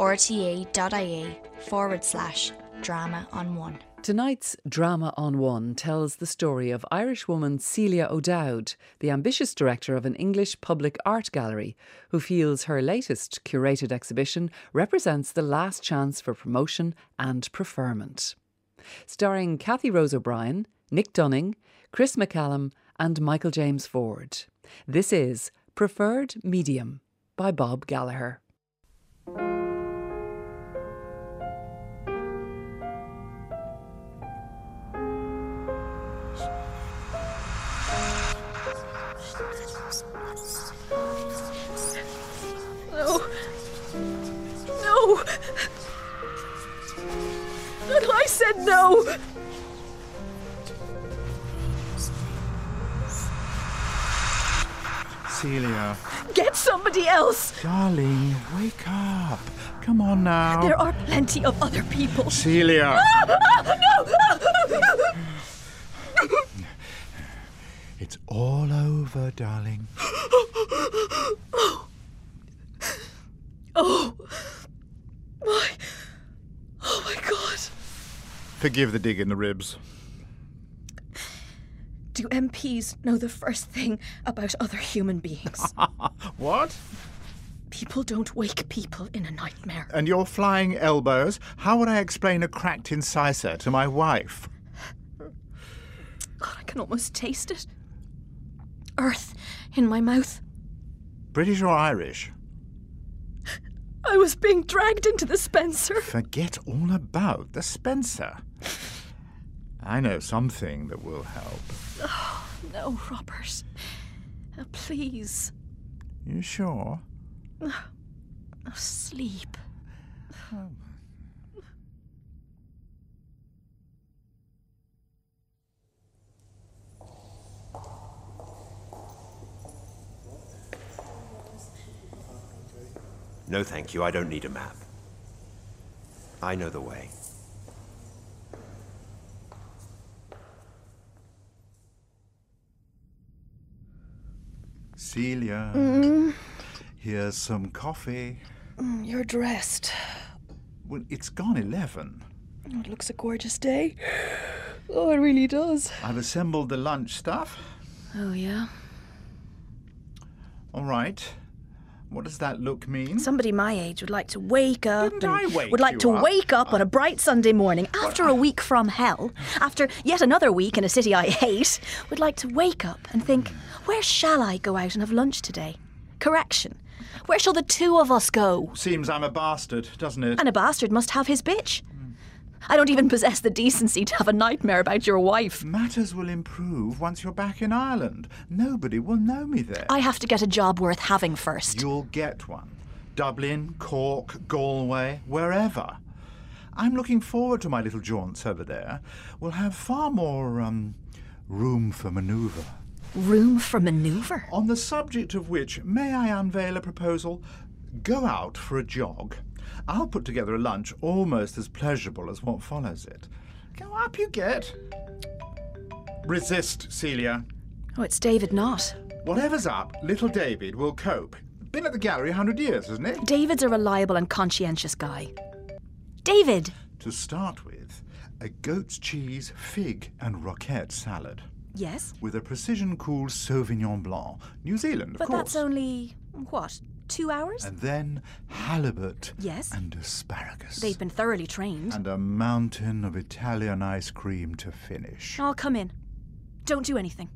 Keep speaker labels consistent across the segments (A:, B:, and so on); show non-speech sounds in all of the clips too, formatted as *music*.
A: rte.ie forward slash drama on one.
B: Tonight's Drama on One tells the story of Irish woman Celia O'Dowd, the ambitious director of an English public art gallery, who feels her latest curated exhibition represents the last chance for promotion and preferment. Starring Kathy Rose O'Brien, Nick Dunning, Chris McCallum, and Michael James Ford. This is Preferred Medium by Bob Gallagher.
C: No. No. And I said no.
D: Celia,
C: Get somebody else.
D: darling, wake up. Come on now.
C: There are plenty of other people. *laughs*
D: Celia,
C: No.
D: it's all over, darling.
C: *laughs* Oh. My. Oh my god.
D: Forgive the dig in the ribs. *laughs*
C: Do MPs know the first thing about other
D: *laughs*
C: human beings?
D: What?
C: people don't wake people in a nightmare.
D: And your flying elbows? How would I explain a cracked incisor to my wife?
C: God, I can almost taste it. Earth in my mouth.
D: British or Irish?
C: I was being dragged into the Spencer.
D: Forget all about the Spencer. I know something that will help.
C: No, Robert. Uh, please,
D: You sure?
C: uh, sleep.
E: No, thank you. I don't need a map. I know the way.
D: Celia, here's some coffee.
C: Mm, You're dressed.
D: Well, it's gone 11.
C: It looks a gorgeous day. *sighs* Oh, it really does.
D: I've assembled the lunch stuff.
C: Oh, yeah?
D: All right. What does that look mean?
C: Somebody my age would like to wake up
D: Didn't I
C: and
D: wake
C: would like
D: you
C: to
D: up?
C: wake up on a bright Sunday morning after a week from hell, after yet another week in a city I hate, would like to wake up and think, where shall I go out and have lunch today? Correction. Where shall the two of us go?
D: Seems I'm a bastard, doesn't it?
C: And a bastard must have his bitch. I don't even possess the decency to have a nightmare about your wife.
D: Matters will improve once you're back in Ireland. Nobody will know me there.
C: I have to get a job worth having first.
D: You'll get one. Dublin, Cork, Galway, wherever. I'm looking forward to my little jaunts over there. We'll have far more um, room for manoeuvre.
C: Room for maneuver.
D: On the subject of which, may I unveil a proposal? Go out for a jog. I'll put together a lunch almost as pleasurable as what follows it. Go up, you get. Resist, Celia.
C: Oh, it's David Knott.
D: Whatever's up, little David will cope. Been at the gallery a hundred years, hasn't it?
C: David's a reliable and conscientious guy. David,
D: To start with, a goat's cheese, fig, and roquette salad
C: yes,
D: with a precision cooled Sauvignon Blanc, New Zealand, of
C: but
D: course.
C: that's only what two hours.
D: And then halibut
C: Yes.
D: and asparagus.
C: They've been thoroughly trained.
D: and a mountain of Italian ice cream to finish.
C: I'll come in. Don't do anything.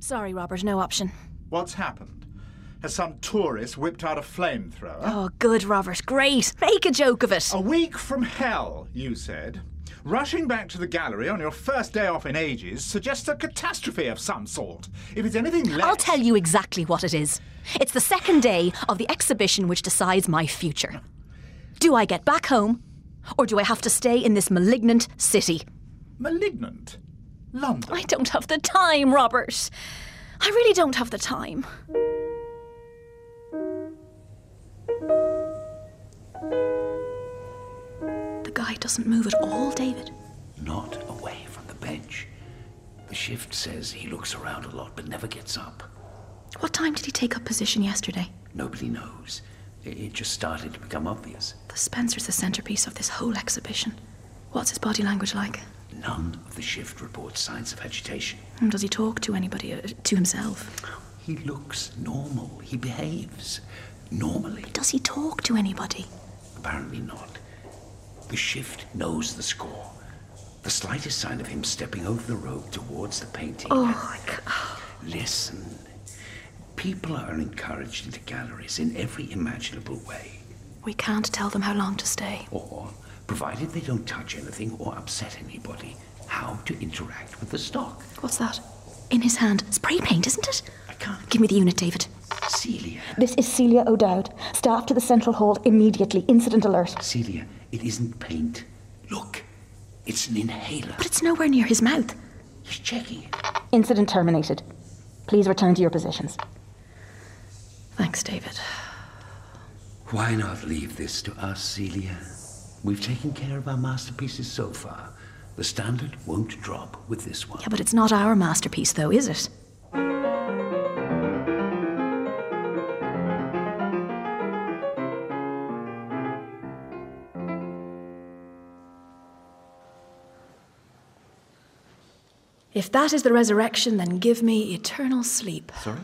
C: Sorry, Robert, no option.
D: What's happened? Has some tourist whipped out a flamethrower?
C: Oh, good, Robert, great. Make a joke of it.
D: A week from hell, you said. Rushing back to the gallery on your first day off in ages suggests a catastrophe of some sort. If it's anything less.
C: I'll tell you exactly what it is. It's the second day of the exhibition which decides my future. Do I get back home, or do I have to stay in this malignant city?
D: Malignant. London.
C: *laughs* I don't have the time, Robert. I really don't have the time. The guy doesn't move at all, David.
F: not away from the bench. The shift says he looks around a lot but never gets up.
C: What time did he take up position yesterday?
F: Nobody knows. It, it just started to become obvious.
C: The Spencer's the centerpiece of this whole exhibition. What's his body language like?
F: None of the shift reports signs of agitation.
C: And does he talk to anybody, uh, to himself?
F: He looks normal. He behaves normally.
C: Does he talk to anybody?
F: Apparently not. The shift knows the score. The slightest sign of him stepping over the road towards the painting.
C: Oh, I ca-
F: Listen. People are encouraged into galleries in every imaginable way,
C: we can't tell them how long to stay.
F: or, provided they don't touch anything or upset anybody, how to interact with the stock.
C: What's that? In his hand. Spray paint, isn't it?
F: I can't.
C: Give me the unit, David.
F: Celia.
G: This is Celia O'Dowd. Staff to the Central Hall immediately. Incident alert.
F: Celia, it isn't paint. Look, it's an inhaler.
C: But it's nowhere near his mouth.
F: He's checking it.
G: Incident terminated. Please return to your positions.
C: Thanks, David.
F: Why not leave this to us, Celia? We've taken care of our masterpieces so far. The standard won't drop with this one.
C: Yeah, but it's not our masterpiece, though, is it? If that is the resurrection, then give me eternal sleep.
E: Sorry?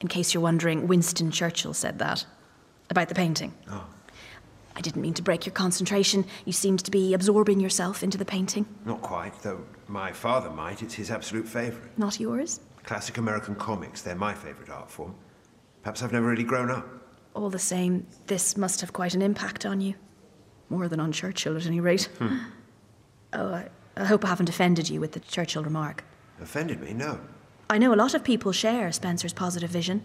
C: In case you're wondering, Winston Churchill said that about the painting. Oh. I didn't mean to break your concentration. You seemed to be absorbing yourself into the painting.
E: Not quite, though my father might. It's his absolute favourite.
C: Not yours?
E: Classic American comics, they're my favourite art form. Perhaps I've never really grown up.
C: All the same, this must have quite an impact on you. More than on Churchill, at any rate. Oh, I, I hope I haven't offended you with the Churchill remark.
E: Offended me, no.
C: I know a lot of people share Spencer's positive vision.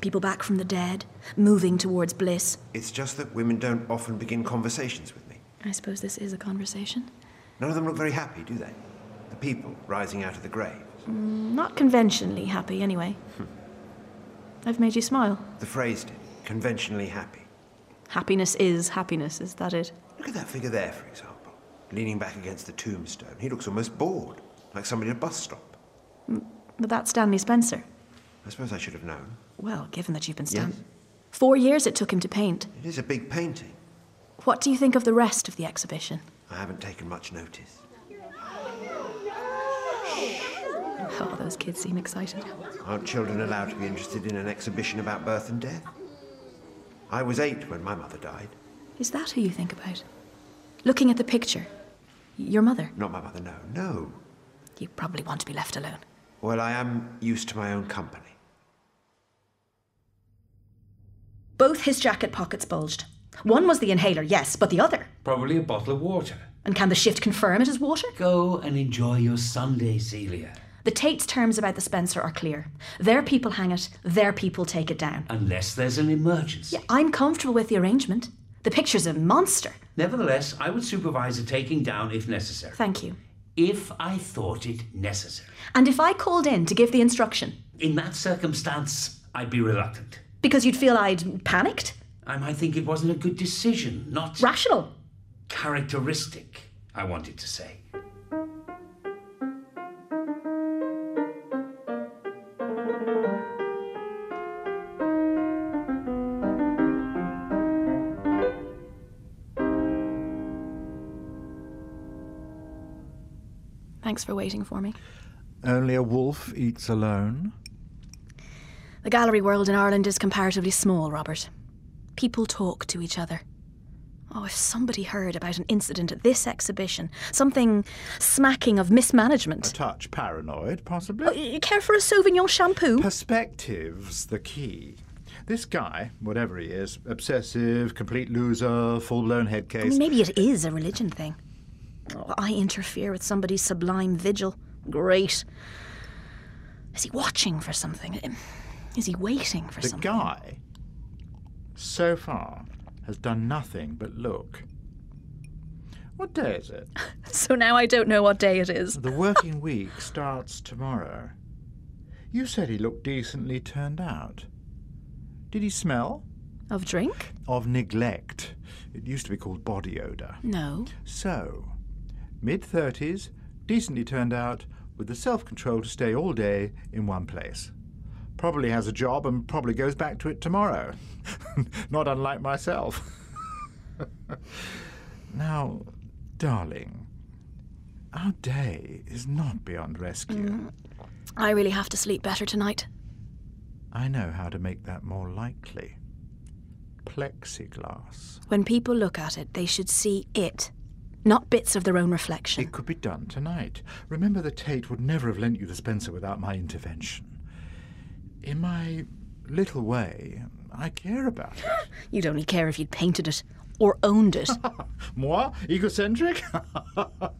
C: People back from the dead, moving towards bliss.
E: It's just that women don't often begin conversations with me.
C: I suppose this is a conversation.
E: None of them look very happy, do they? The people rising out of the grave.
C: Not conventionally happy, anyway. I've made you smile.
E: The phrase did. Conventionally happy.
C: Happiness is happiness, is that it?
E: Look at that figure there, for example, leaning back against the tombstone. He looks almost bored, like somebody at a bus stop.
C: But that's Stanley Spencer.
E: I suppose I should have known.
C: Well, given that you've been Stan.
E: Yes.
C: Four years it took him to paint.
E: It is a big painting.
C: What do you think of the rest of the exhibition?
E: I haven't taken much notice.
C: Oh, those kids seem excited.
E: Aren't children allowed to be interested in an exhibition about birth and death? I was eight when my mother died.
C: Is that who you think about? Looking at the picture. Your mother.
E: Not my mother, no, no.
C: You probably want to be left alone.
E: Well, I am used to my own company.
C: Both his jacket pockets bulged. One was the inhaler, yes, but the other.
F: Probably a bottle of water.
C: And can the shift confirm it is water?
F: Go and enjoy your Sunday, Celia.
C: The Tate's terms about the Spencer are clear. Their people hang it, their people take it down.
F: Unless there's an emergency.
C: Yeah, I'm comfortable with the arrangement. The picture's a monster.
F: Nevertheless, I would supervise a taking down if necessary.
C: Thank you.
F: if I thought it necessary.
C: And if I called in to give the instruction,
F: In that circumstance, I'd be reluctant.
C: because you'd feel I'd panicked?
F: I might think it wasn't a good decision, not
C: Rational.
F: characteristic, I wanted to say.
C: Thanks for waiting for me.
D: Only a wolf eats alone.
C: The gallery world in Ireland is comparatively small, Robert. People talk to each other. Oh, if somebody heard about an incident at this exhibition, something smacking of mismanagement.
D: Touch paranoid, possibly.
C: Oh, you care for a Sauvignon shampoo?
D: Perspective's the key. This guy, whatever he is, obsessive, complete loser, full blown head
C: I
D: case.
C: mean, maybe it is a religion thing. Oh, I interfere with somebody's sublime vigil. Great. Is he watching for something? Is he waiting for
D: the
C: something?
D: guy, so far, has done nothing but look. What day is it?
C: So now I don't know what day it is.
D: The working week starts tomorrow. You said he looked decently turned out. Did he smell?
C: Of drink?
D: Of neglect. It used to be called body odour.
C: No.
D: So, mid 30s, decently turned out, with the self control to stay all day in one place. Probably has a job and probably goes back to it tomorrow. *laughs* Not unlike myself. *laughs* now, darling, our day is not beyond rescue.
C: I really have to sleep better tonight.
D: I know how to make that more likely. Plexiglass.
C: When people look at it, they should see it, not bits of their own reflection.
D: It could be done tonight. Remember that Tate would never have lent you the Spencer without my intervention. In my little way, I care about it.
C: You'd only care if you'd painted it or owned it.
D: Moi? Egocentric?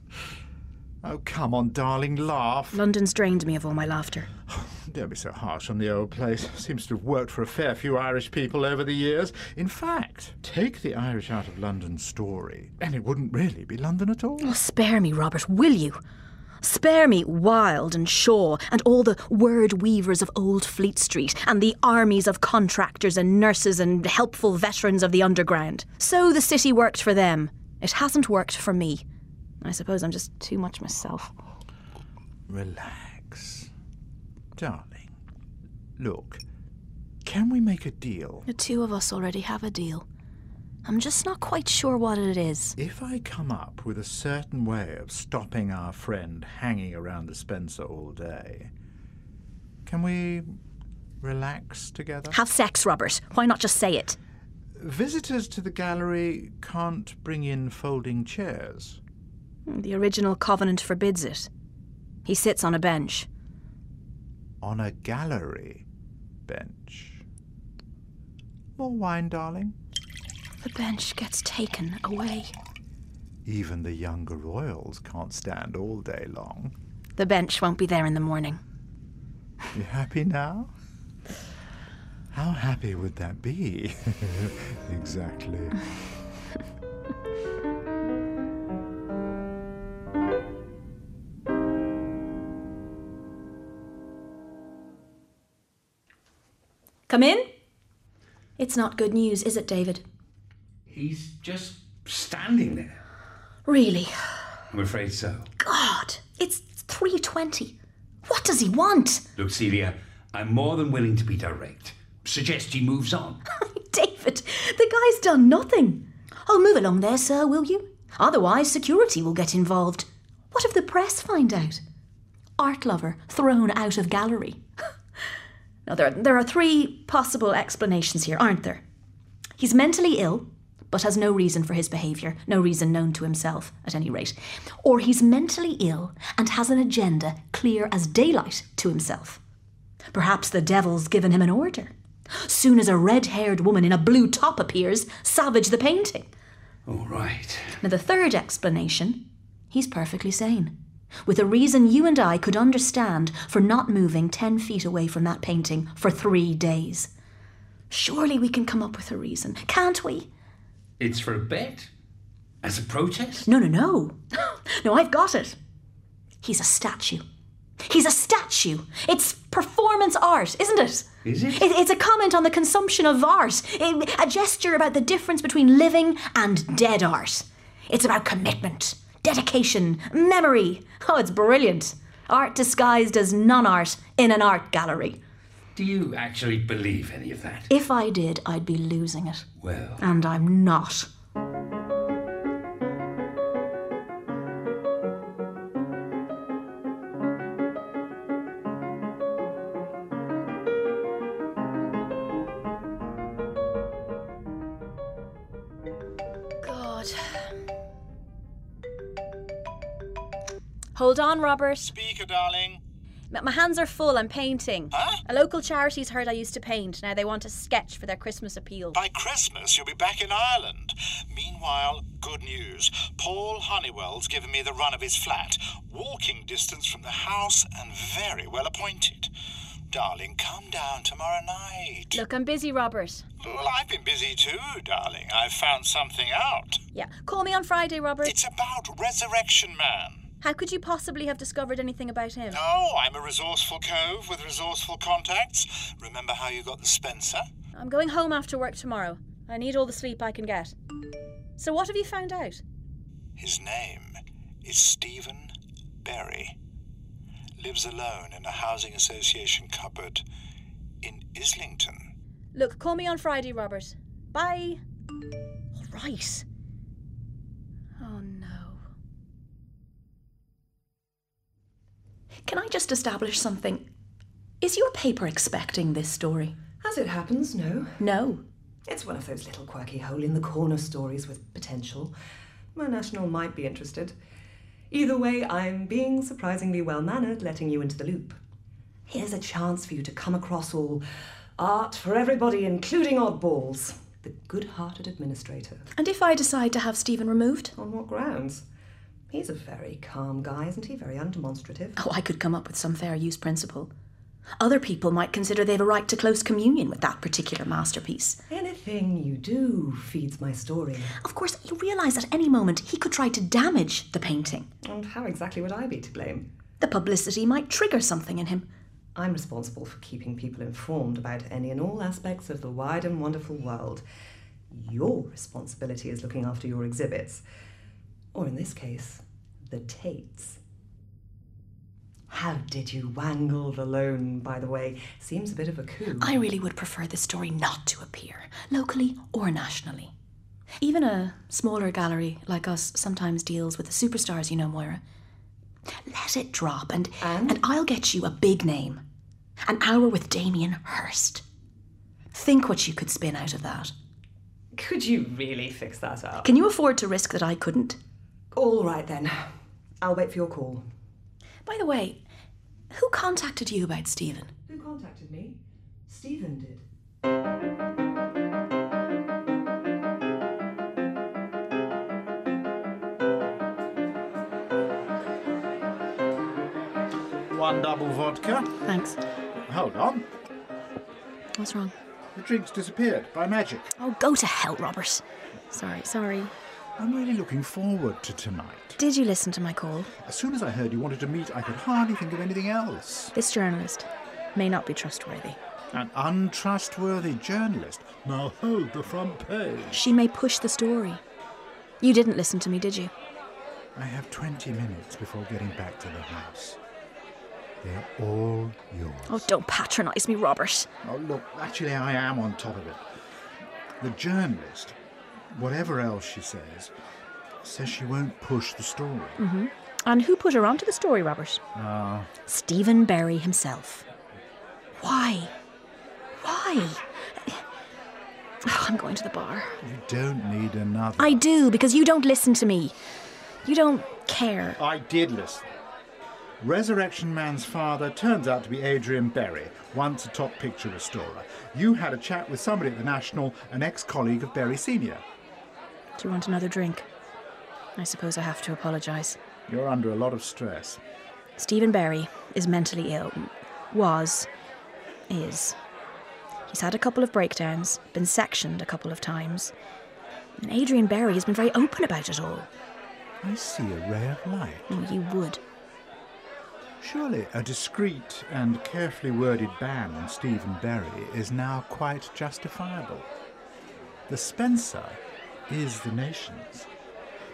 D: *laughs* oh, come on, darling, laugh.
C: London's drained me of all my laughter.
D: Don't be so harsh on the old place. Seems to have worked for a fair few Irish people over the years. In fact, take the Irish out of London's story, and it wouldn't really be London at all.
C: Oh, Spare me, Robert, will you? Spare me Wilde and Shaw and all the word weavers of old Fleet Street and the armies of contractors and nurses and helpful veterans of the underground. So the city worked for them. It hasn't worked for me. I suppose I'm just too much myself.
D: Relax. Darling, look, can we make a deal?
C: The two of us already have a deal. I'm just not quite sure what it is.
D: If I come up with a certain way of stopping our friend hanging around the Spencer all day, can we relax together?
C: Have sex, Robert. Why not just say it?
D: Visitors to the gallery can't bring in folding chairs.
C: The original covenant forbids it. He sits on a bench.
D: on a gallery bench. More wine, darling.
C: The bench gets taken away.
D: Even the younger royals can't stand all day long.
C: The bench won't be there in the morning.
D: You happy now? How happy would that be? *laughs* exactly.
C: Come in? It's not good news, is it, David?
F: He's just standing there.
C: Really?
F: I'm afraid so.
C: God, it's 3.20. What does he want?
F: Look, Celia, I'm more than willing to be direct. Suggest he moves on.
C: *laughs* David, the guy's done nothing. Oh, move along there, sir, will you? Otherwise, security will get involved. What if the press find out? Art lover thrown out of gallery. *laughs* now, there, there are three possible explanations here, aren't there? He's mentally ill, but has no reason for his behaviour, no reason known to himself, at any rate. Or he's mentally ill and has an agenda clear as daylight to himself. Perhaps the devil's given him an order. Soon as a red haired woman in a blue top appears, salvage the painting.
F: All right.
C: Now, the third explanation he's perfectly sane, with a reason you and I could understand for not moving 10 feet away from that painting for three days. Surely we can come up with a reason, can't we?
F: It's for a bet? As a protest?
C: No, no, no. *laughs* no, I've got it. He's a statue. He's a statue. It's performance art, isn't it?
F: Is it?
C: It, it's a comment on the consumption of art, i- a gesture about the difference between living and dead art. It's about commitment, dedication, memory. Oh, it's brilliant. Art disguised as non art in an art gallery.
F: Do you actually believe any of that?
C: If I did, I'd be losing it.
F: Well,
C: And I'm not. God. Hold on, Robert.
H: Speaker, darling.
C: M- My hands are full. I'm painting. A local charity's heard I used to paint. Now they want a sketch for their Christmas appeal.
H: By Christmas, you'll be back in Ireland. Meanwhile, good news. Paul Honeywell's given me the run of his flat, walking distance from the house and very well appointed. Darling, come down tomorrow night.
C: Look, I'm busy, Robert.
H: Well, I've been busy too, darling. I've found something out.
C: Yeah. Call me on Friday, Robert.
H: It's about Resurrection Man.
C: How could you possibly have discovered anything about him?
H: Oh, I'm a resourceful cove with resourceful contacts. Remember how you got the Spencer?
C: I'm going home after work tomorrow. I need all the sleep I can get. So, what have you found out?
H: His name is Stephen Berry. Lives alone in a housing association cupboard in Islington.
C: Look, call me on Friday, Robert. Bye. All right. Oh no. Can I just establish something? Is your paper expecting this story?
I: As it happens, no.
C: No.
I: It's one of those little quirky hole in the corner stories with potential. My national might be interested. Either way, I'm being surprisingly well mannered, letting you into the loop. Here's a chance for you to come across all art for everybody, including oddballs. The good hearted administrator.
C: And if I decide to have Stephen removed?
I: On what grounds? He's a very calm guy, isn't he? Very undemonstrative.
C: Oh, I could come up with some fair use principle. Other people might consider they've a right to close communion with that particular masterpiece.
I: Anything you do feeds my story.
C: Of course, you realise at any moment he could try to damage the painting.
I: And how exactly would I be to blame?
C: The publicity might trigger something in him.
I: I'm responsible for keeping people informed about any and all aspects of the wide and wonderful world. Your responsibility is looking after your exhibits, or in this case, the Tates. How did you wangle the loan, by the way? Seems a bit of a coup.
C: I really would prefer this story not to appear, locally or nationally. Even a smaller gallery like us sometimes deals with the superstars, you know, Moira. Let it drop, and,
I: And?
C: I'll get you a big name. An hour with Damien Hurst. Think what you could spin out of that.
I: Could you really fix that up?
C: Can you afford to risk that I couldn't?
I: All right then. I'll wait for your call.
C: By the way, who contacted you about Stephen?
I: Who contacted me? Stephen did.
D: One double vodka.
C: Thanks.
D: Hold on.
C: What's wrong?
D: The drink's disappeared by magic.
C: Oh, go to hell, Robert. Sorry, sorry.
D: I'm really looking forward to tonight.
A: Did you listen to my call?
D: As soon as I heard you wanted to meet, I could hardly think of anything else.
A: This journalist may not be trustworthy.
D: An untrustworthy journalist. Now hold the front page.
A: She may push the story. You didn't listen to me, did you?
D: I have 20 minutes before getting back to the house. They're all yours.
A: Oh, don't patronize me, Robert.
D: Oh, look, actually, I am on top of it. The journalist, whatever else she says, says she won't push the story.
A: And who put her onto the story, Robert?
D: Ah,
A: Stephen Barry himself. Why? Why? *sighs* Oh, I'm going to the bar.
D: you don't need another.
A: I do, because you don't listen to me. You don't care.
D: I did listen. Resurrection Man's father turns out to be Adrian Berry, once a top picture restorer. You had a chat with somebody at the National, an ex colleague of Berry Sr.
A: Do you want another drink? I suppose I have to apologise.
D: You're under a lot of stress.
A: Stephen Berry is mentally ill. Was. Is. He's had a couple of breakdowns, been sectioned a couple of times. And Adrian Berry has been very open about it all.
D: I see a ray of light.
A: Oh, you would.
D: Surely a discreet and carefully worded ban on Stephen Berry is now quite justifiable. The Spencer is the nation's.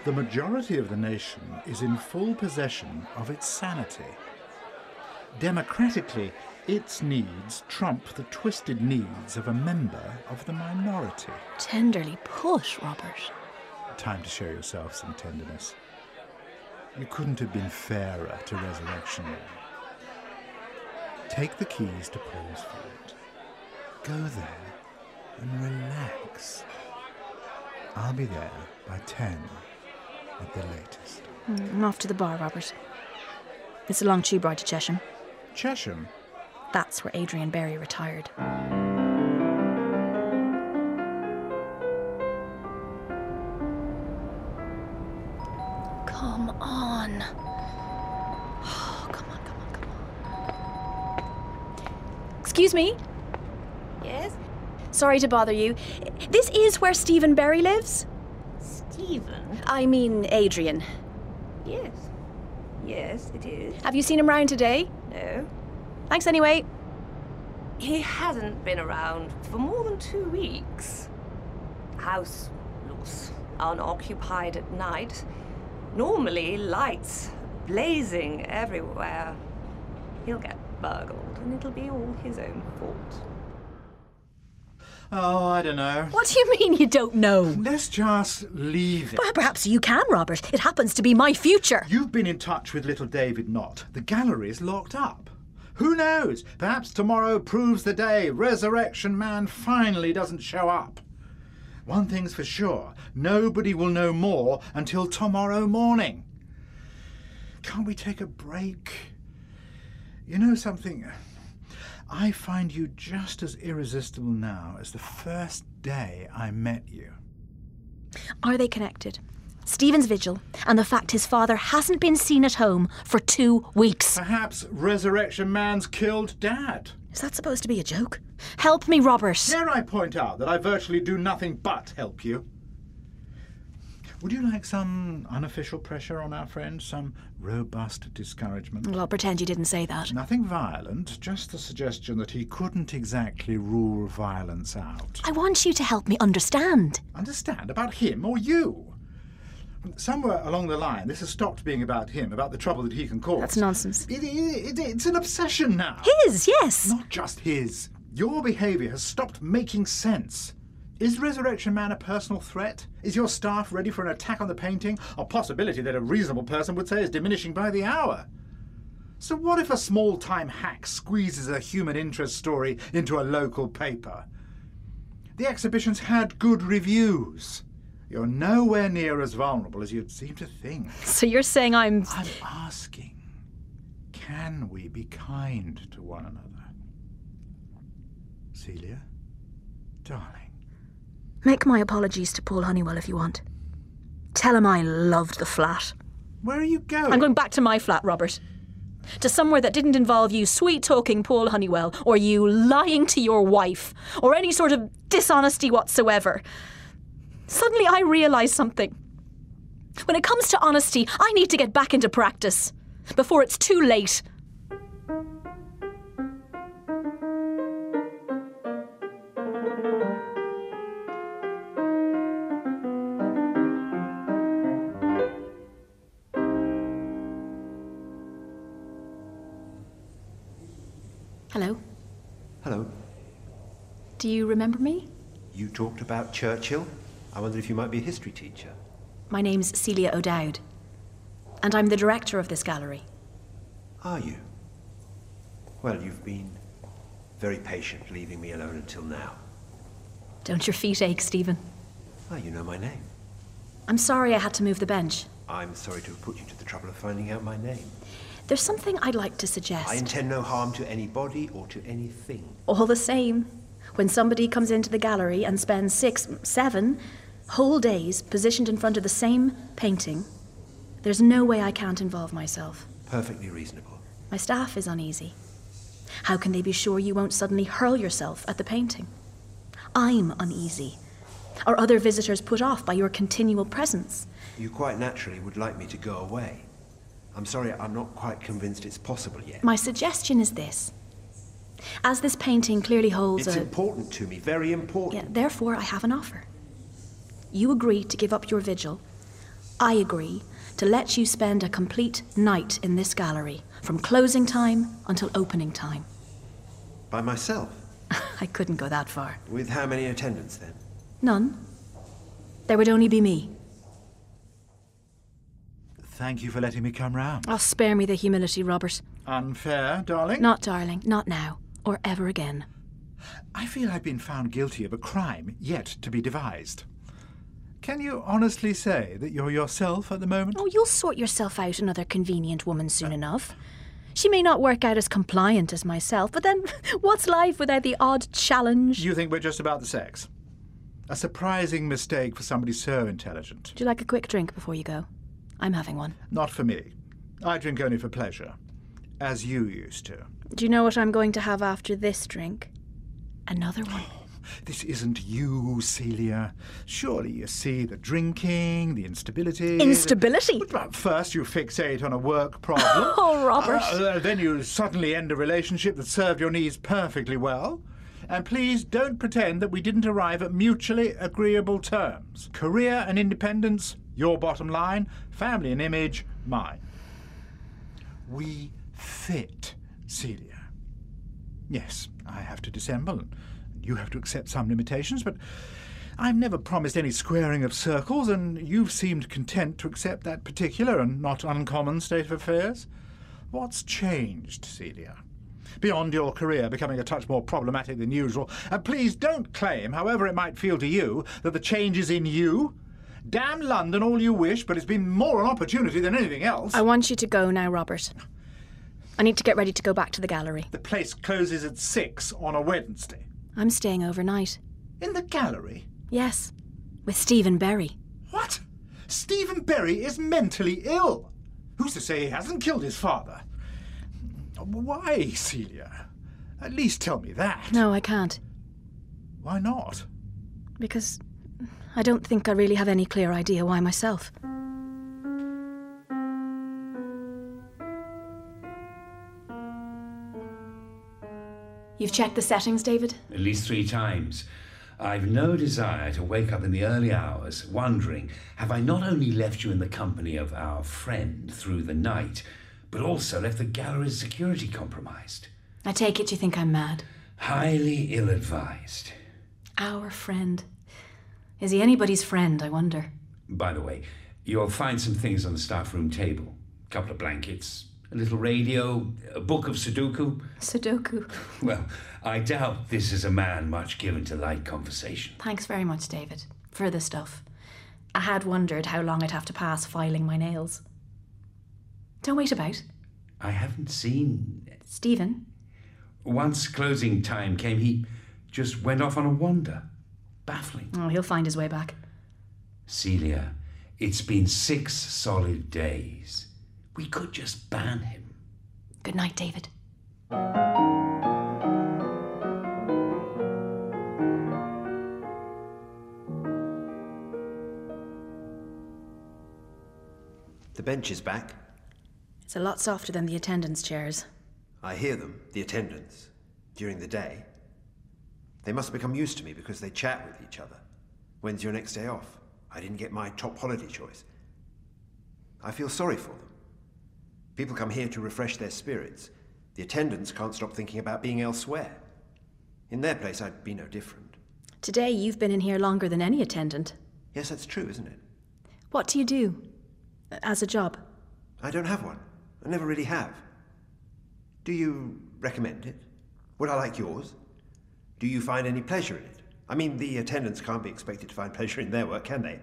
D: The majority of the nation is in full possession of its sanity. Democratically, its needs trump the twisted needs of a member of the minority.
A: Tenderly push, Robert.
D: Time to show yourself some tenderness. You couldn't have been fairer to Resurrection Man. Take the keys to Paul's Fort. Go there and relax. I'll be there by 10 at the latest.
A: I'm Hmm, off to the bar, Robert. It's a long tube ride to Chesham.
D: Chesham?
A: That's where Adrian Berry retired.
C: Come on. *sighs* Oh, come on, come on, come on. Excuse me? Yes? Sorry to bother you. This is where Stephen Berry lives?
J: Stephen?
C: I mean, Adrian.
J: Yes. Yes, it is.
C: Have you seen him round today?
J: No.
C: Thanks anyway.
J: He hasn't been around for more than two weeks. House looks unoccupied at night. Normally, lights blazing everywhere. He'll get burgled, and it'll be all his own fault.
C: Oh, I don't know.
A: What do you mean you don't know?
C: Let's just leave it.
A: Well, perhaps you can, Robert. It happens to be my future.
C: You've been in touch with little David Knott. The gallery's locked up. Who knows? Perhaps tomorrow proves the day Resurrection Man finally doesn't show up. One thing's for sure nobody will know more until tomorrow morning. Can't we take a break? You know something? I find you just as irresistible now as the first day I met you.
A: Are they connected? Stephen's vigil and the fact his father hasn't been seen at home for two weeks.
C: Perhaps Resurrection Man's killed Dad.
A: Is that supposed to be a joke? Help me, Robert.
C: Dare I point out that I virtually do nothing but help you? Would you like some unofficial pressure on our friend? Some robust discouragement?
A: Well, I'll pretend you didn't say that.
C: Nothing violent, just the suggestion that he couldn't exactly rule violence out.
A: I want you to help me understand.
C: Understand about him or you? Somewhere along the line, this has stopped being about him, about the trouble that he can cause.
A: That's nonsense.
C: It, it, it- it's an obsession now.
A: His, yes.
C: Not just his. Your behaviour has stopped making sense. Is Resurrection Man a personal threat? Is your staff ready for an attack on the painting? A possibility that a reasonable person would say is diminishing by the hour. So, what if a small time hack squeezes a human interest story into a local paper? The exhibition's had good reviews. You're nowhere near as vulnerable as you'd seem to think.
A: So you're saying I'm.
C: I'm asking can we be kind to one another? Celia, darling,
A: Make my apologies to Paul Honeywell if you want. Tell him I loved the flat.
C: where are you going?
A: I'm going back to my flat, Robert. To somewhere that didn't involve you sweet talking Paul Honeywell, or you lying to your wife, or any sort of dishonesty whatsoever. Suddenly I realise something. When it comes to honesty, I need to get back into practice before it's too late. Hello,
E: Hello.
A: do you remember me?
E: You talked about Churchill? I wondered if you might be a history teacher.
A: My name's Celia O'Dowd, and I'm the director of this gallery.
E: Are you? Well, you've been very patient leaving me alone until now.
A: Don't your feet ache, Stephen?
E: Ah, you know my name.
A: I'm sorry I had to move the bench.
E: I'm sorry to have put you to the trouble of finding out my name.
A: There's something I'd like to
E: I
A: suggest.
E: intend no harm to anybody or to anything.
A: All the same, when somebody comes into the gallery and spends six, seven whole days positioned in front of the same painting, there's no way I can't involve myself.
E: Perfectly reasonable.
A: My staff is uneasy. How can they be sure you won't suddenly hurl yourself at the painting? I'm uneasy. Are other visitors put off by your continual presence?
E: You quite naturally would like me to go away. I'm sorry, I'm not quite convinced it's possible yet.
A: My suggestion is this. As this painting clearly holds
E: It's
A: a.
E: important to me, very important.
A: Yeah, therefore, I have an offer. You agree to give up your vigil. I agree to let you spend a complete night in this gallery, from closing time until opening time.
E: By myself.
A: I couldn't go that far.
E: With how many attendants then?
A: None. There would only be me.
C: Thank you for letting me come round.
A: Oh, spare me the humility, Robert.
C: Unfair, darling.
A: Not, darling, not now, or ever again.
C: I feel I've been found guilty of a crime yet to be devised. Can you honestly say that you're yourself at the moment?
A: Oh, you'll sort yourself out another convenient woman soon
C: Uh.
A: enough. She may not work out as compliant as myself, but then *laughs* what's life without the odd challenge?
C: You think we're just about the sex? A surprising mistake for somebody so intelligent.
A: Would you like a quick drink before you go? I'm having one.
C: Not for me. I drink only for pleasure, as you used to.
A: Do you know what I'm going to have after this drink? Another one.
C: This isn't you, Celia. Surely you see the drinking, the instability. the-
A: Instability?
C: But first, you fixate on a work problem.
A: Oh, Robert.
C: Uh, uh, then you suddenly end a relationship that served your needs perfectly well. And please don't pretend that we didn't arrive at mutually agreeable terms. Career and independence, your bottom line. Family and image, mine. We fit, Celia. Yes, I have to dissemble, and
D: you have to accept some limitations, but I've never promised any squaring of circles, and you've seemed content to accept that particular and not uncommon state of affairs. What's changed, Celia? Beyond your career becoming a touch more problematic than usual, and please don't claim, however it might feel to you, that the change is in you. Damn London all you wish, but it's been more an opportunity than anything else.
A: I want you to go now, Robert. I need to get ready to go back to the gallery.
D: The place closes at six on a Wednesday.
A: I'm staying overnight.
D: In the gallery?
A: Yes, with Stephen Berry.
D: What? Stephen Berry is mentally ill. Who's to say he hasn't killed his father? Why, Celia? At least tell me that.
A: No, I can't,
D: Why not?
A: because I don't think I really have any clear idea why myself. You've checked the settings, David?
F: at least three times. I've no desire to wake up in the early hours wondering have I not only left you in the company of our friend through the night, but also left the gallery's security compromised?
A: I take it you think I'm mad.
F: Highly ill advised.
A: Our friend. Is he anybody's friend, I wonder?
F: By the way, you'll find some things on the staff room table a couple of blankets, a little radio, a book of Sudoku.
A: Sudoku.
F: Well, I doubt this is a man much given to light conversation.
A: Thanks very much, David, for the stuff. I had wondered how long I'd have to pass filing my nails. Don't wait about.
F: I haven't seen
A: Stephen,
F: Once closing time came, he just went off on a wander. Baffling.
A: oh, he'll find his way back.
F: Celia, it's been six solid days. We could just ban him.
A: Good night, David.
E: The bench is back.
A: It's a lot softer than the attendance chairs.
E: I hear them, the attendants, during the day. They must become used to me because they chat with each other. When's your next day off? I didn't get my top holiday choice. I feel sorry for them. People come here to refresh their spirits. The attendants can't stop thinking about being elsewhere. In their place, I'd be no different.
A: Today, you've been in here longer than any attendant.
E: Yes, that's true, isn't it?
A: What do you do? As a job?
E: I don't have one. I never really have. Do you recommend it? Would I like yours? Do you find any pleasure in it? I mean, the attendants can't be expected to find *laughs* pleasure in their work, can they?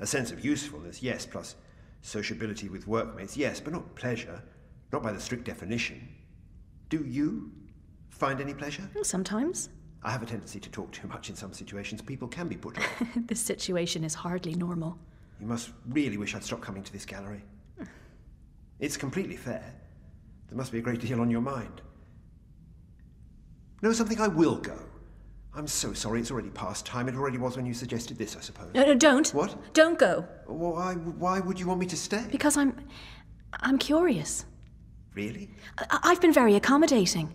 E: A sense of usefulness, yes, plus sociability with workmates, yes, but not pleasure. Not by the strict definition. Do you find any pleasure?
A: Sometimes. *laughs*
E: I have a tendency to talk too much in some situations. People can be put off.
A: this situation is hardly normal.
E: You must really wish I'd stopped coming to this gallery. It's completely fair. There must be a great deal on your mind. No, something I will go. I'm so sorry, it's already past time. It already was when you suggested this, I suppose.
A: No, no, don't.
E: What?
A: Don't go.
E: Why, why would you want me to stay?
A: Because I'm. I'm curious.
E: Really?
A: I- I've been very accommodating.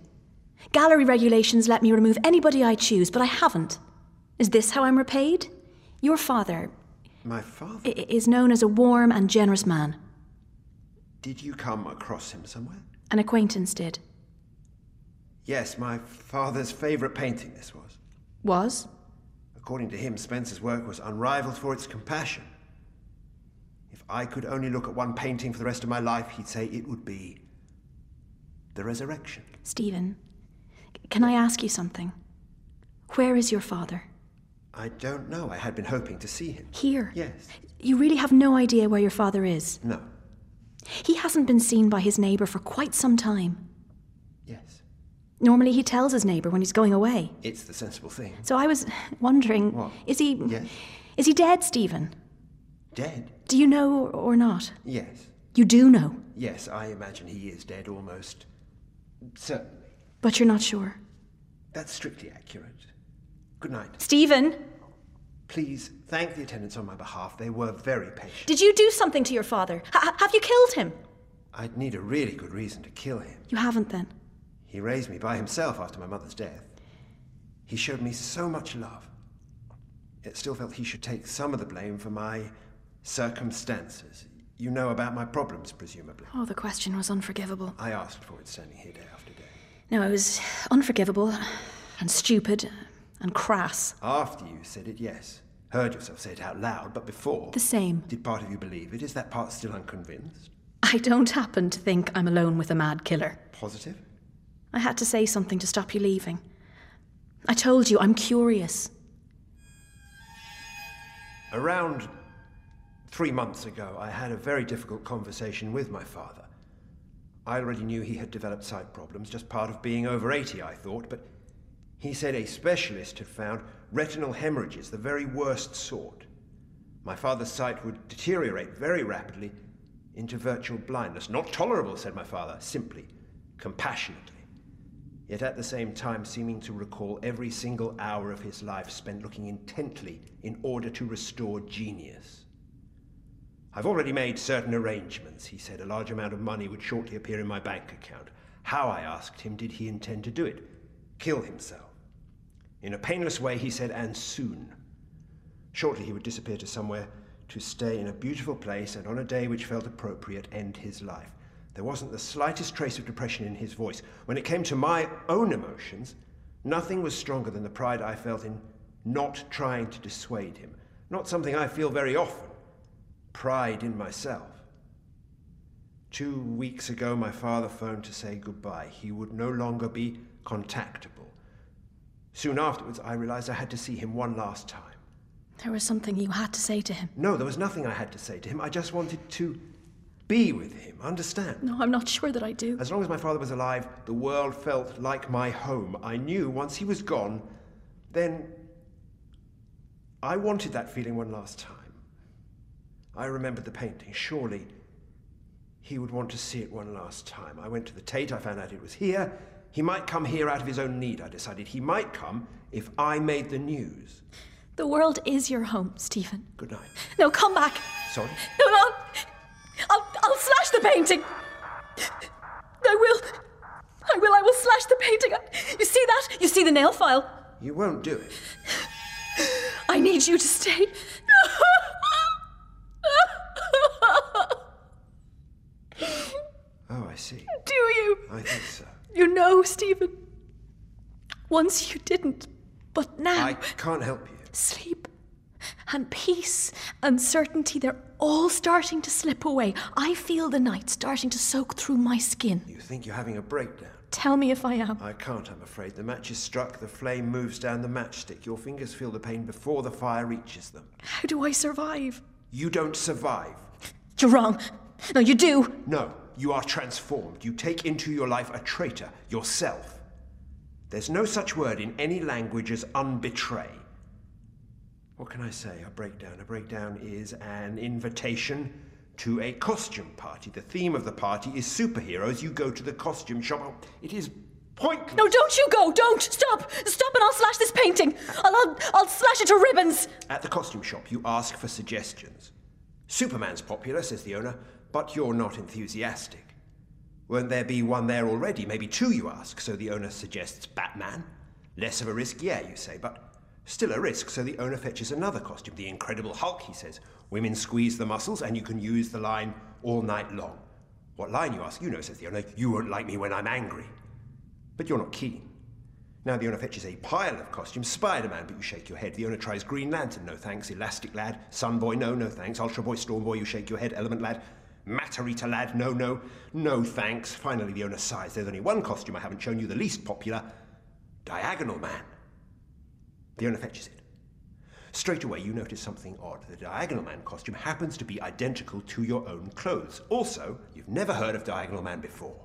A: Gallery regulations let me remove anybody I choose, but I haven't. Is this how I'm repaid? Your father
E: My father.
A: i- is known as a warm and generous man.
E: Did you come across him somewhere?
A: An acquaintance did.
E: Yes, my father's favourite painting, this was.
A: Was?
E: According to him, Spencer's work was unrivaled for its compassion. If I could only look at one painting for the rest of my life, he'd say it would be The Resurrection.
A: Stephen, c- can I ask you something? Where is your father?
E: I don't know. I had been hoping to see him.
A: Here.
E: Yes.
A: You really have no idea where your father is.
E: No.
A: He hasn't been seen by his neighbour for quite some time.
E: Yes.
A: Normally, he tells his neighbour when he's going away.
E: It's the sensible thing.
A: So I was wondering,
E: What?
A: is he
E: Yes.
A: is he dead, Stephen?
E: Dead?
A: Do you know or not?
E: Yes.
A: You do know,
E: Yes, I imagine he is dead almost. Certainly.
A: but you're not sure.
E: That's strictly accurate. Good night.
A: Stephen,
E: Please thank the attendants on my behalf. They were very patient.
A: did you do something to your father? Ha- have you killed him?
E: I'd need a really good reason to kill him.
A: You haven't then.
E: He raised me by himself after my mother's death. He showed me so much love. It still felt he should take some of the blame for my circumstances. You know about my problems, presumably.
A: Oh, the question was unforgivable.
E: I asked for it standing here day after day.
A: No, it was unforgivable and stupid and crass.
E: After you said it, yes. Heard yourself say it out loud, but before.
A: The same.
E: Did part of you believe it? Is that part still unconvinced?
A: I don't happen to think I'm alone with a mad killer.
E: Positive?
A: I had to say something to stop you leaving. I told you I'm curious.
E: Around three months ago, I had a very difficult conversation with my father. I already knew he had developed sight problems, just part of being over 80, I thought, but he said a specialist had found retinal hemorrhages, the very worst sort. My father's sight would deteriorate very rapidly into virtual blindness. Not tolerable, said my father, simply, compassionately, yet at the same time seeming to recall every single hour of his life spent looking intently in order to restore genius. I've already made certain arrangements, he said. A large amount of money would shortly appear in my bank account. How, I asked him, did he intend to do it? Kill himself. In a painless way, he said, and soon. Shortly, he would disappear to somewhere to stay in a beautiful place and on a day which felt appropriate end his life. There wasn't the slightest trace of depression in his voice. When it came to my own emotions, nothing was stronger than the pride I felt in not trying to dissuade him. Not something I feel very often pride in myself. Two weeks ago, my father phoned to say goodbye. He would no longer be contactable. Soon afterwards, I realized I had to see him one last time.
A: There was something you had to say to him.
E: No, there was nothing I had to say to him. I just wanted to be with him, understand?
A: No, I'm not sure that I do.
E: As long as my father was alive, the world felt like my home. I knew once he was gone, then. I wanted that feeling one last time. I remembered the painting. Surely he would want to see it one last time. I went to the Tate, I found out it was here. He might come here out of his own need, I decided. He might come if I made the news.
A: The world is your home, Stephen.
E: Good night.
A: No, come back.
E: Sorry?
A: No, no. I'll, I'll slash the painting. I will. I will. I will slash the painting. I- You see that? You see the nail file?
E: You won't do it.
A: I need you to stay. *laughs*
E: Oh, I see.
A: Do you?
E: I think so.
A: You know, Stephen. Once you didn't, but now.
E: I can't help you.
A: Sleep and peace and certainty, they're all starting to slip away. I feel the night starting to soak through my skin.
E: You think you're having a breakdown.
A: Tell me if I am.
E: I can't, I'm afraid. The match is struck, the flame moves down the matchstick. Your fingers feel the pain before the fire reaches them.
A: How do I survive?
E: You don't survive.
A: You're wrong. No, you do.
E: No, you are transformed. You take into your life a traitor, yourself. There's no such word in any language as unbetray. What can I say? A breakdown. A breakdown is an invitation to a costume party. The theme of the party is superheroes. You go to the costume shop. Oh, It is pointless.
A: No, don't you go. Don't. Stop. Stop and I'll slash this painting. I'll, I'll, I'll slash it to ribbons.
E: At the costume shop, you ask for suggestions. Superman's popular, says the owner, but you're not enthusiastic. Won't there be one there already? Maybe two, you ask, so the owner suggests Batman. Less of a risk, yeah, you say, but still a risk, so the owner fetches another costume, the Incredible Hulk, he says. Women squeeze the muscles, and you can use the line all night long. What line, you ask? You know, says the owner, you won't like me when I'm angry. But you're not keen. Now the owner fetches a pile of costumes, Spider Man, but you shake your head. The owner tries Green Lantern, no thanks. Elastic Lad, Sun Boy, no, no thanks. Ultra Boy, Storm Boy, you shake your head. Element Lad, Matter Eater Lad, no, no, no thanks. Finally, the owner sighs. There's only one costume I haven't shown you, the least popular Diagonal Man. The owner fetches it. Straight away, you notice something odd. The Diagonal Man costume happens to be identical to your own clothes. Also, you've never heard of Diagonal Man before.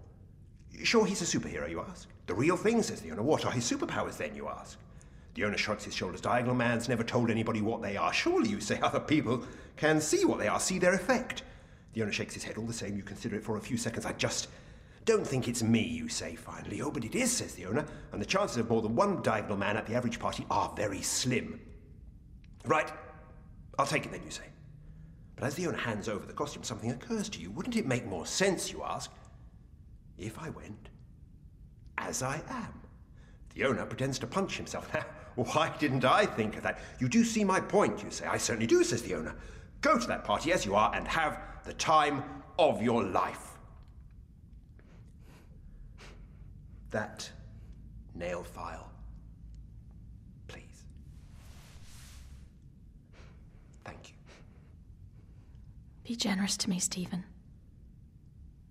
E: Sure, he's a superhero, you ask. The real thing, says the owner. What are his superpowers then, you ask? The owner shrugs his shoulders. Diagonal Man's never told anybody what they are. Surely, you say, other people can see what they are, see their effect. The owner shakes his head. All the same, you consider it for a few seconds. I just don't think it's me, you say finally. Oh, but it is, says the owner, and the chances of more than one Diagonal Man at the average party are very slim. Right, I'll take it then, you say. But as the owner hands over the costume, something occurs to you. Wouldn't it make more sense, you ask, if I went as I am. The owner pretends to punch himself. *laughs* Now, why didn't I think of that? You do see my point, you say. I certainly do, says the owner. Go to that party as you are and have the time of your life. That nail file, please.
K: Be generous to me, Stephen.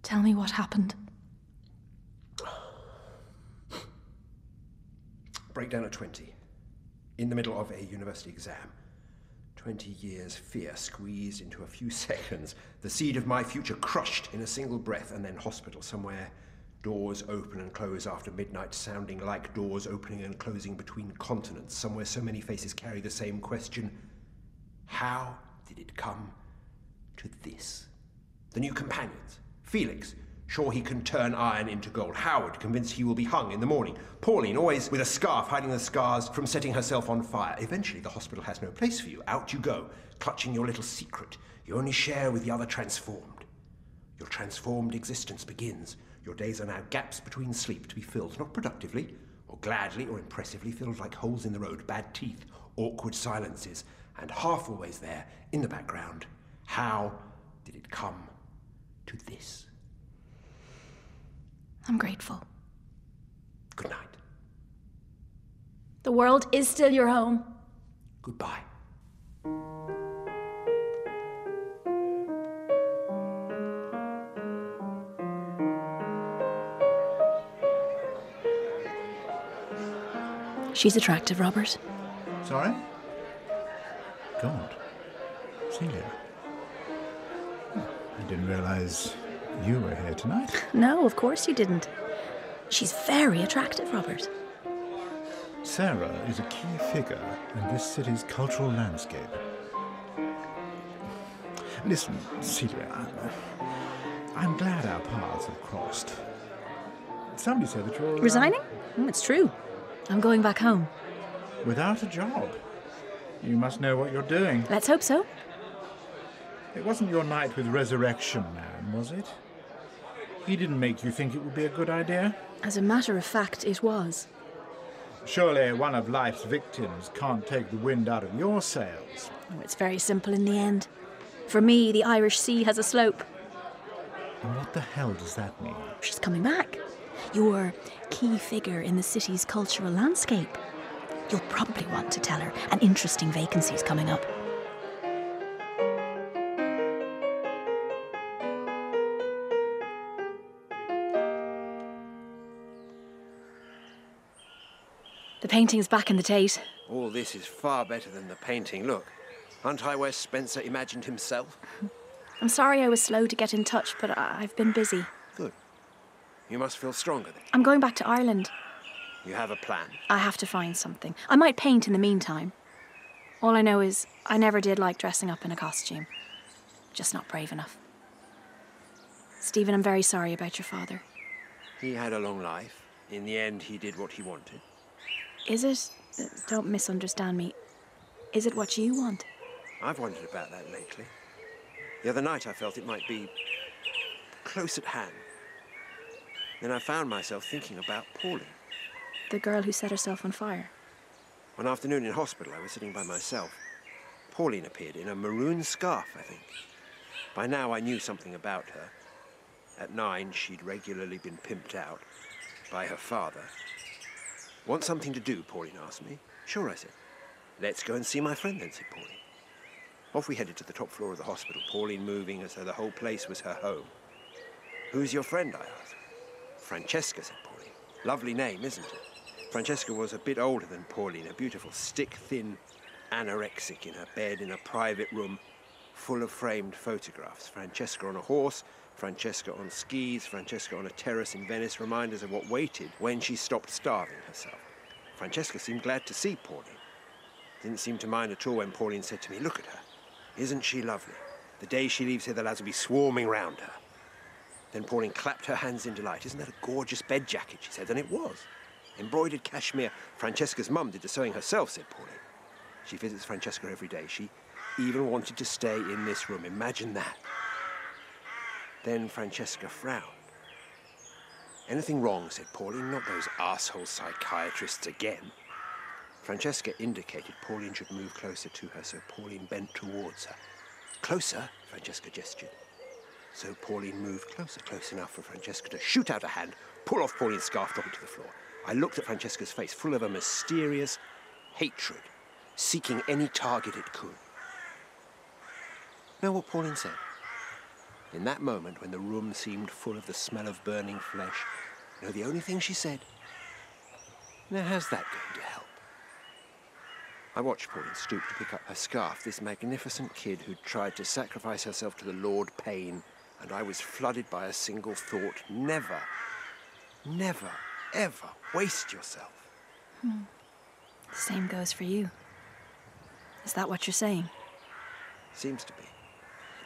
K: Tell me what happened.
E: Breakdown at 20. In the middle of a university exam. 20 years fear squeezed into a few *laughs* seconds, the seed of my future crushed in a single breath, and then hospital somewhere. Doors open and close after midnight, sounding like doors opening and closing between continents, somewhere so many faces carry the same question How did it come to this? The new companions. Felix, sure he can turn iron into gold. Howard, convinced he will be hung in the morning. Pauline, always with a scarf hiding the scars from setting herself on fire. Eventually, the hospital has no place for you. Out you go, clutching your little secret. You only share with the other transformed. Your transformed existence begins. Your days are now gaps between sleep to be filled, not productively, or gladly, or impressively, filled like holes in the road, bad teeth, awkward silences, and half always there, in the background. How did it come to this?
K: I'm grateful.
E: Good night.
K: The world is still your home.
E: Goodbye.
A: She's attractive, Robert.
D: Sorry? God. Celia. I didn't realize you were here tonight.
A: No, of course you didn't. She's very attractive, Robert.
D: Sarah is a key figure in this city's cultural landscape. Listen, Celia, I- I'm glad our paths have crossed. Somebody said that you're. uh,
A: Resigning? Mm, it's true. I'm going back home.
D: Without a job. You must know what you're doing.
A: Let's hope so.
D: It wasn't your night with Resurrection Man, was it? He didn't make you think it would be a good idea.
A: As a matter of fact, it was.
D: Surely one of life's victims can't take the wind out of your sails.
A: Oh, it's very simple in the end. For me, the Irish Sea has a slope.
D: What the hell does that mean?
A: She's coming back. You're key figure in the city's cultural landscape. You'll probably want to tell her an interesting vacancy's coming up. The painting's back in the Tate.
E: All this is far better than the painting. Look, aren't I where Spencer imagined himself?
A: I'm sorry I was slow to get in touch, but I- I've been busy.
E: Good. You must feel stronger then.
A: I'm going back to Ireland.
E: You have a plan.
A: I have to find something. I might paint in the meantime. All I know is I never did like dressing up in a costume. Just not brave enough. Stephen, I'm very sorry about your father.
E: He had a long life. In the end, he did what he wanted.
A: Is it. uh, Don't misunderstand me. Is it what you want?
E: I've wondered about that lately. The other night I felt it might be close at hand. Then I found myself thinking about Pauline.
A: The girl who set herself on fire.
E: One afternoon in hospital, I was sitting by myself. Pauline appeared in a maroon scarf, I think. By now, I knew something about her. At nine, she'd regularly been pimped out by her father. Want something to do? Pauline asked me. Sure, I said. Let's go and see my friend then, said Pauline. Off we headed to the top floor of the hospital, Pauline moving as though the whole place was her home. Who's your friend? I asked. Francesca, said Pauline. Lovely name, isn't it? Francesca was a bit older than Pauline, a beautiful, stick thin anorexic in her bed in a private room full of framed photographs. Francesca on a horse, Francesca on skis, Francesca on a terrace in Venice, reminders of what waited when she stopped starving herself. Francesca seemed glad to see Pauline. Didn't seem to mind at all when Pauline said to me, Look at her. Isn't she lovely? The day she leaves here, the lads will be swarming round her. Then Pauline clapped her hands in delight. Isn't that a gorgeous bed jacket? she said, and it was. Embroidered cashmere. Francesca's mum did the sewing herself, said Pauline. She visits Francesca every day. She even wanted to stay in this room. Imagine that. Then Francesca frowned. Anything wrong, said Pauline. Not those asshole psychiatrists again. Francesca indicated Pauline should move closer to her, so Pauline bent towards her. Closer, Francesca gestured. So Pauline moved closer, close enough for Francesca to shoot out a hand, pull off Pauline's scarf, drop it to the floor. I looked at Francesca's face, full of a mysterious hatred, seeking any target it could. Know what Pauline said? In that moment, when the room seemed full of the smell of burning flesh, you know the only thing she said? Now, how's that going to help? I watched Pauline stoop to pick up her scarf, this magnificent kid who'd tried to sacrifice herself to the Lord Pain, and I was flooded by a single thought never, never, ever waste yourself.
A: Hmm. The same goes for you. Is that what you're saying?
E: Seems to be.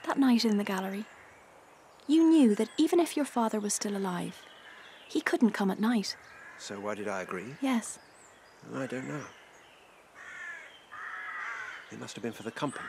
A: That night in the gallery, you knew that even if your father was still alive, he couldn't come at night.
E: So why did I agree?
A: Yes.
E: I don't know. It must have been for the company.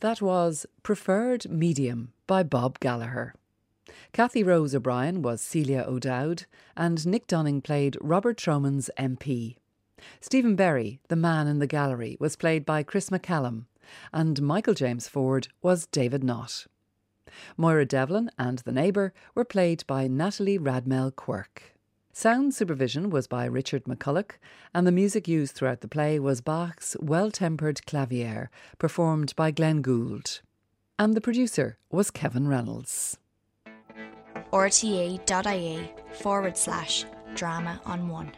B: That was Preferred Medium by Bob Gallagher. Kathy Rose O'Brien was Celia O'Dowd, and Nick Dunning played Robert Troman's MP. Stephen Berry, the man in the gallery, was played by Chris McCallum, and Michael James Ford was David Knott. Moira Devlin and the neighbour were played by Natalie Radmel Quirk. Sound supervision was by Richard McCulloch, and the music used throughout the play was Bach's Well Tempered Clavier, performed by Glenn Gould. And the producer was Kevin Reynolds.
L: rta.ie forward slash drama on one.